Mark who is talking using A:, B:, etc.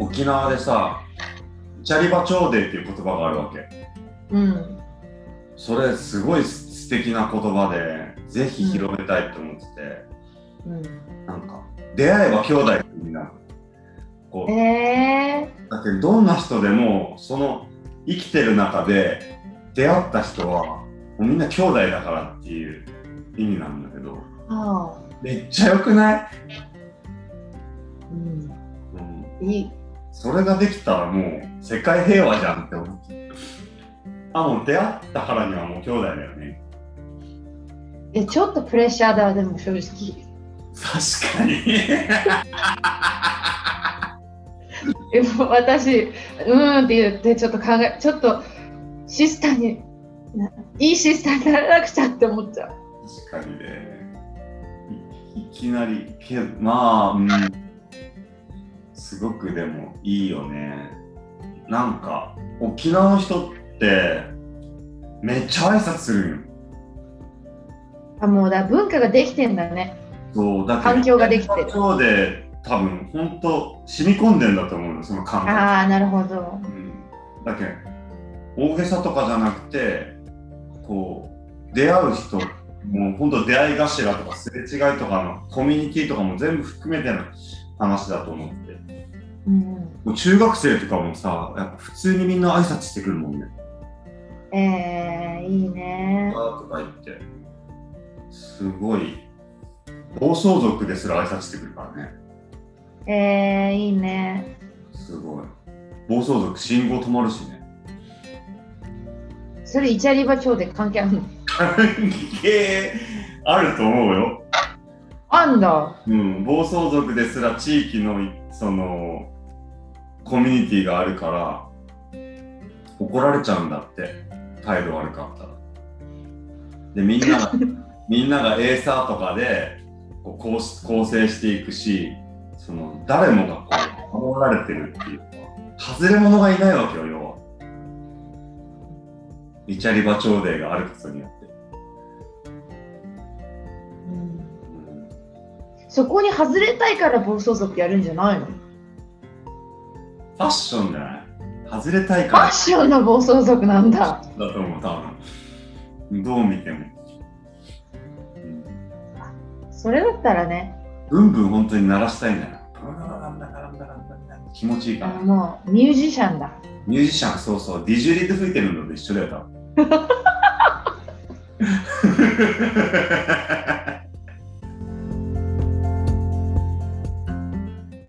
A: 沖縄でさチャリバ長デーっていう言葉があるわけ
B: うん。
A: それすごい素敵な言葉でぜひ広めたいと思って
B: う
A: て、なんか出会えば兄弟ってみんなこ
B: ん、え
A: うだけどどんな人でもその生きてる中で出会った人はもうみんな兄弟だからっていう意味なんだけど
B: ー、ああ、
A: めっちゃ良くない、
B: うん、
A: うん
B: いい。
A: それができたらもう世界平和じゃんって思ってあもう出会ったからにはもう兄弟だよね
B: え、ちょっとプレッシャーだわ、でも正直。
A: 確かに
B: え、もう私、うーんって言って、ちょっと考え、ちょっとシスターに、ないいシスターにならなくちゃって思っちゃう。
A: 確かにねいいきなりけまあうんすごくでもいいよねなんか沖縄の人ってめっちゃ挨拶するんよ
B: あ、もうだ、文化ができてんだね。
A: そうだ
B: 環境ができてる
A: そうで多分本当染み込んでんだと思うのその感覚
B: ああ、なるほど。
A: うんだけど大げさとかじゃなくてこう出会う人もう本当出会い頭とかすれ違いとかのコミュニティとかも全部含めての話だと思って
B: うん、
A: もう中学生とかもさやっぱ普通にみんな挨拶してくるもんね
B: えー、いい
A: 「あ
B: ね。
A: ーとか言ってすごい暴走族ですら挨拶してくるからね
B: えー、いいね。
A: すごい暴走族信号止まるしね
B: それ、イチャリバ町で関係あるの
A: えーあると思うよ
B: あんだ。
A: うん、暴走族ですら地域のいそのコミュニティがあるから怒られちゃうんだって態度悪かったら。でみんながみんながエーサーとかでこう構し構成していくしその誰もがこう守られてるっていうか外れ者がいないわけよ要は。イチャリバ朝礼があることによって。
B: うん、
A: うん
B: そこに外れたいから暴走族やるんじゃないの
A: ファッションじゃない外れたい
B: フ
A: から
B: ァッションの暴走族なんだ。
A: だと思う、多分。どう見ても。
B: それだったらね、
A: ブンブン本当に鳴らしたいんだよ。ブンブンブンブンブンブンブン気持ちいいか
B: あ
A: ら。
B: もうミュージシャンだ。
A: ミュージシャン、そうそう、ディジュリード吹いてるのと一緒だよ、多分。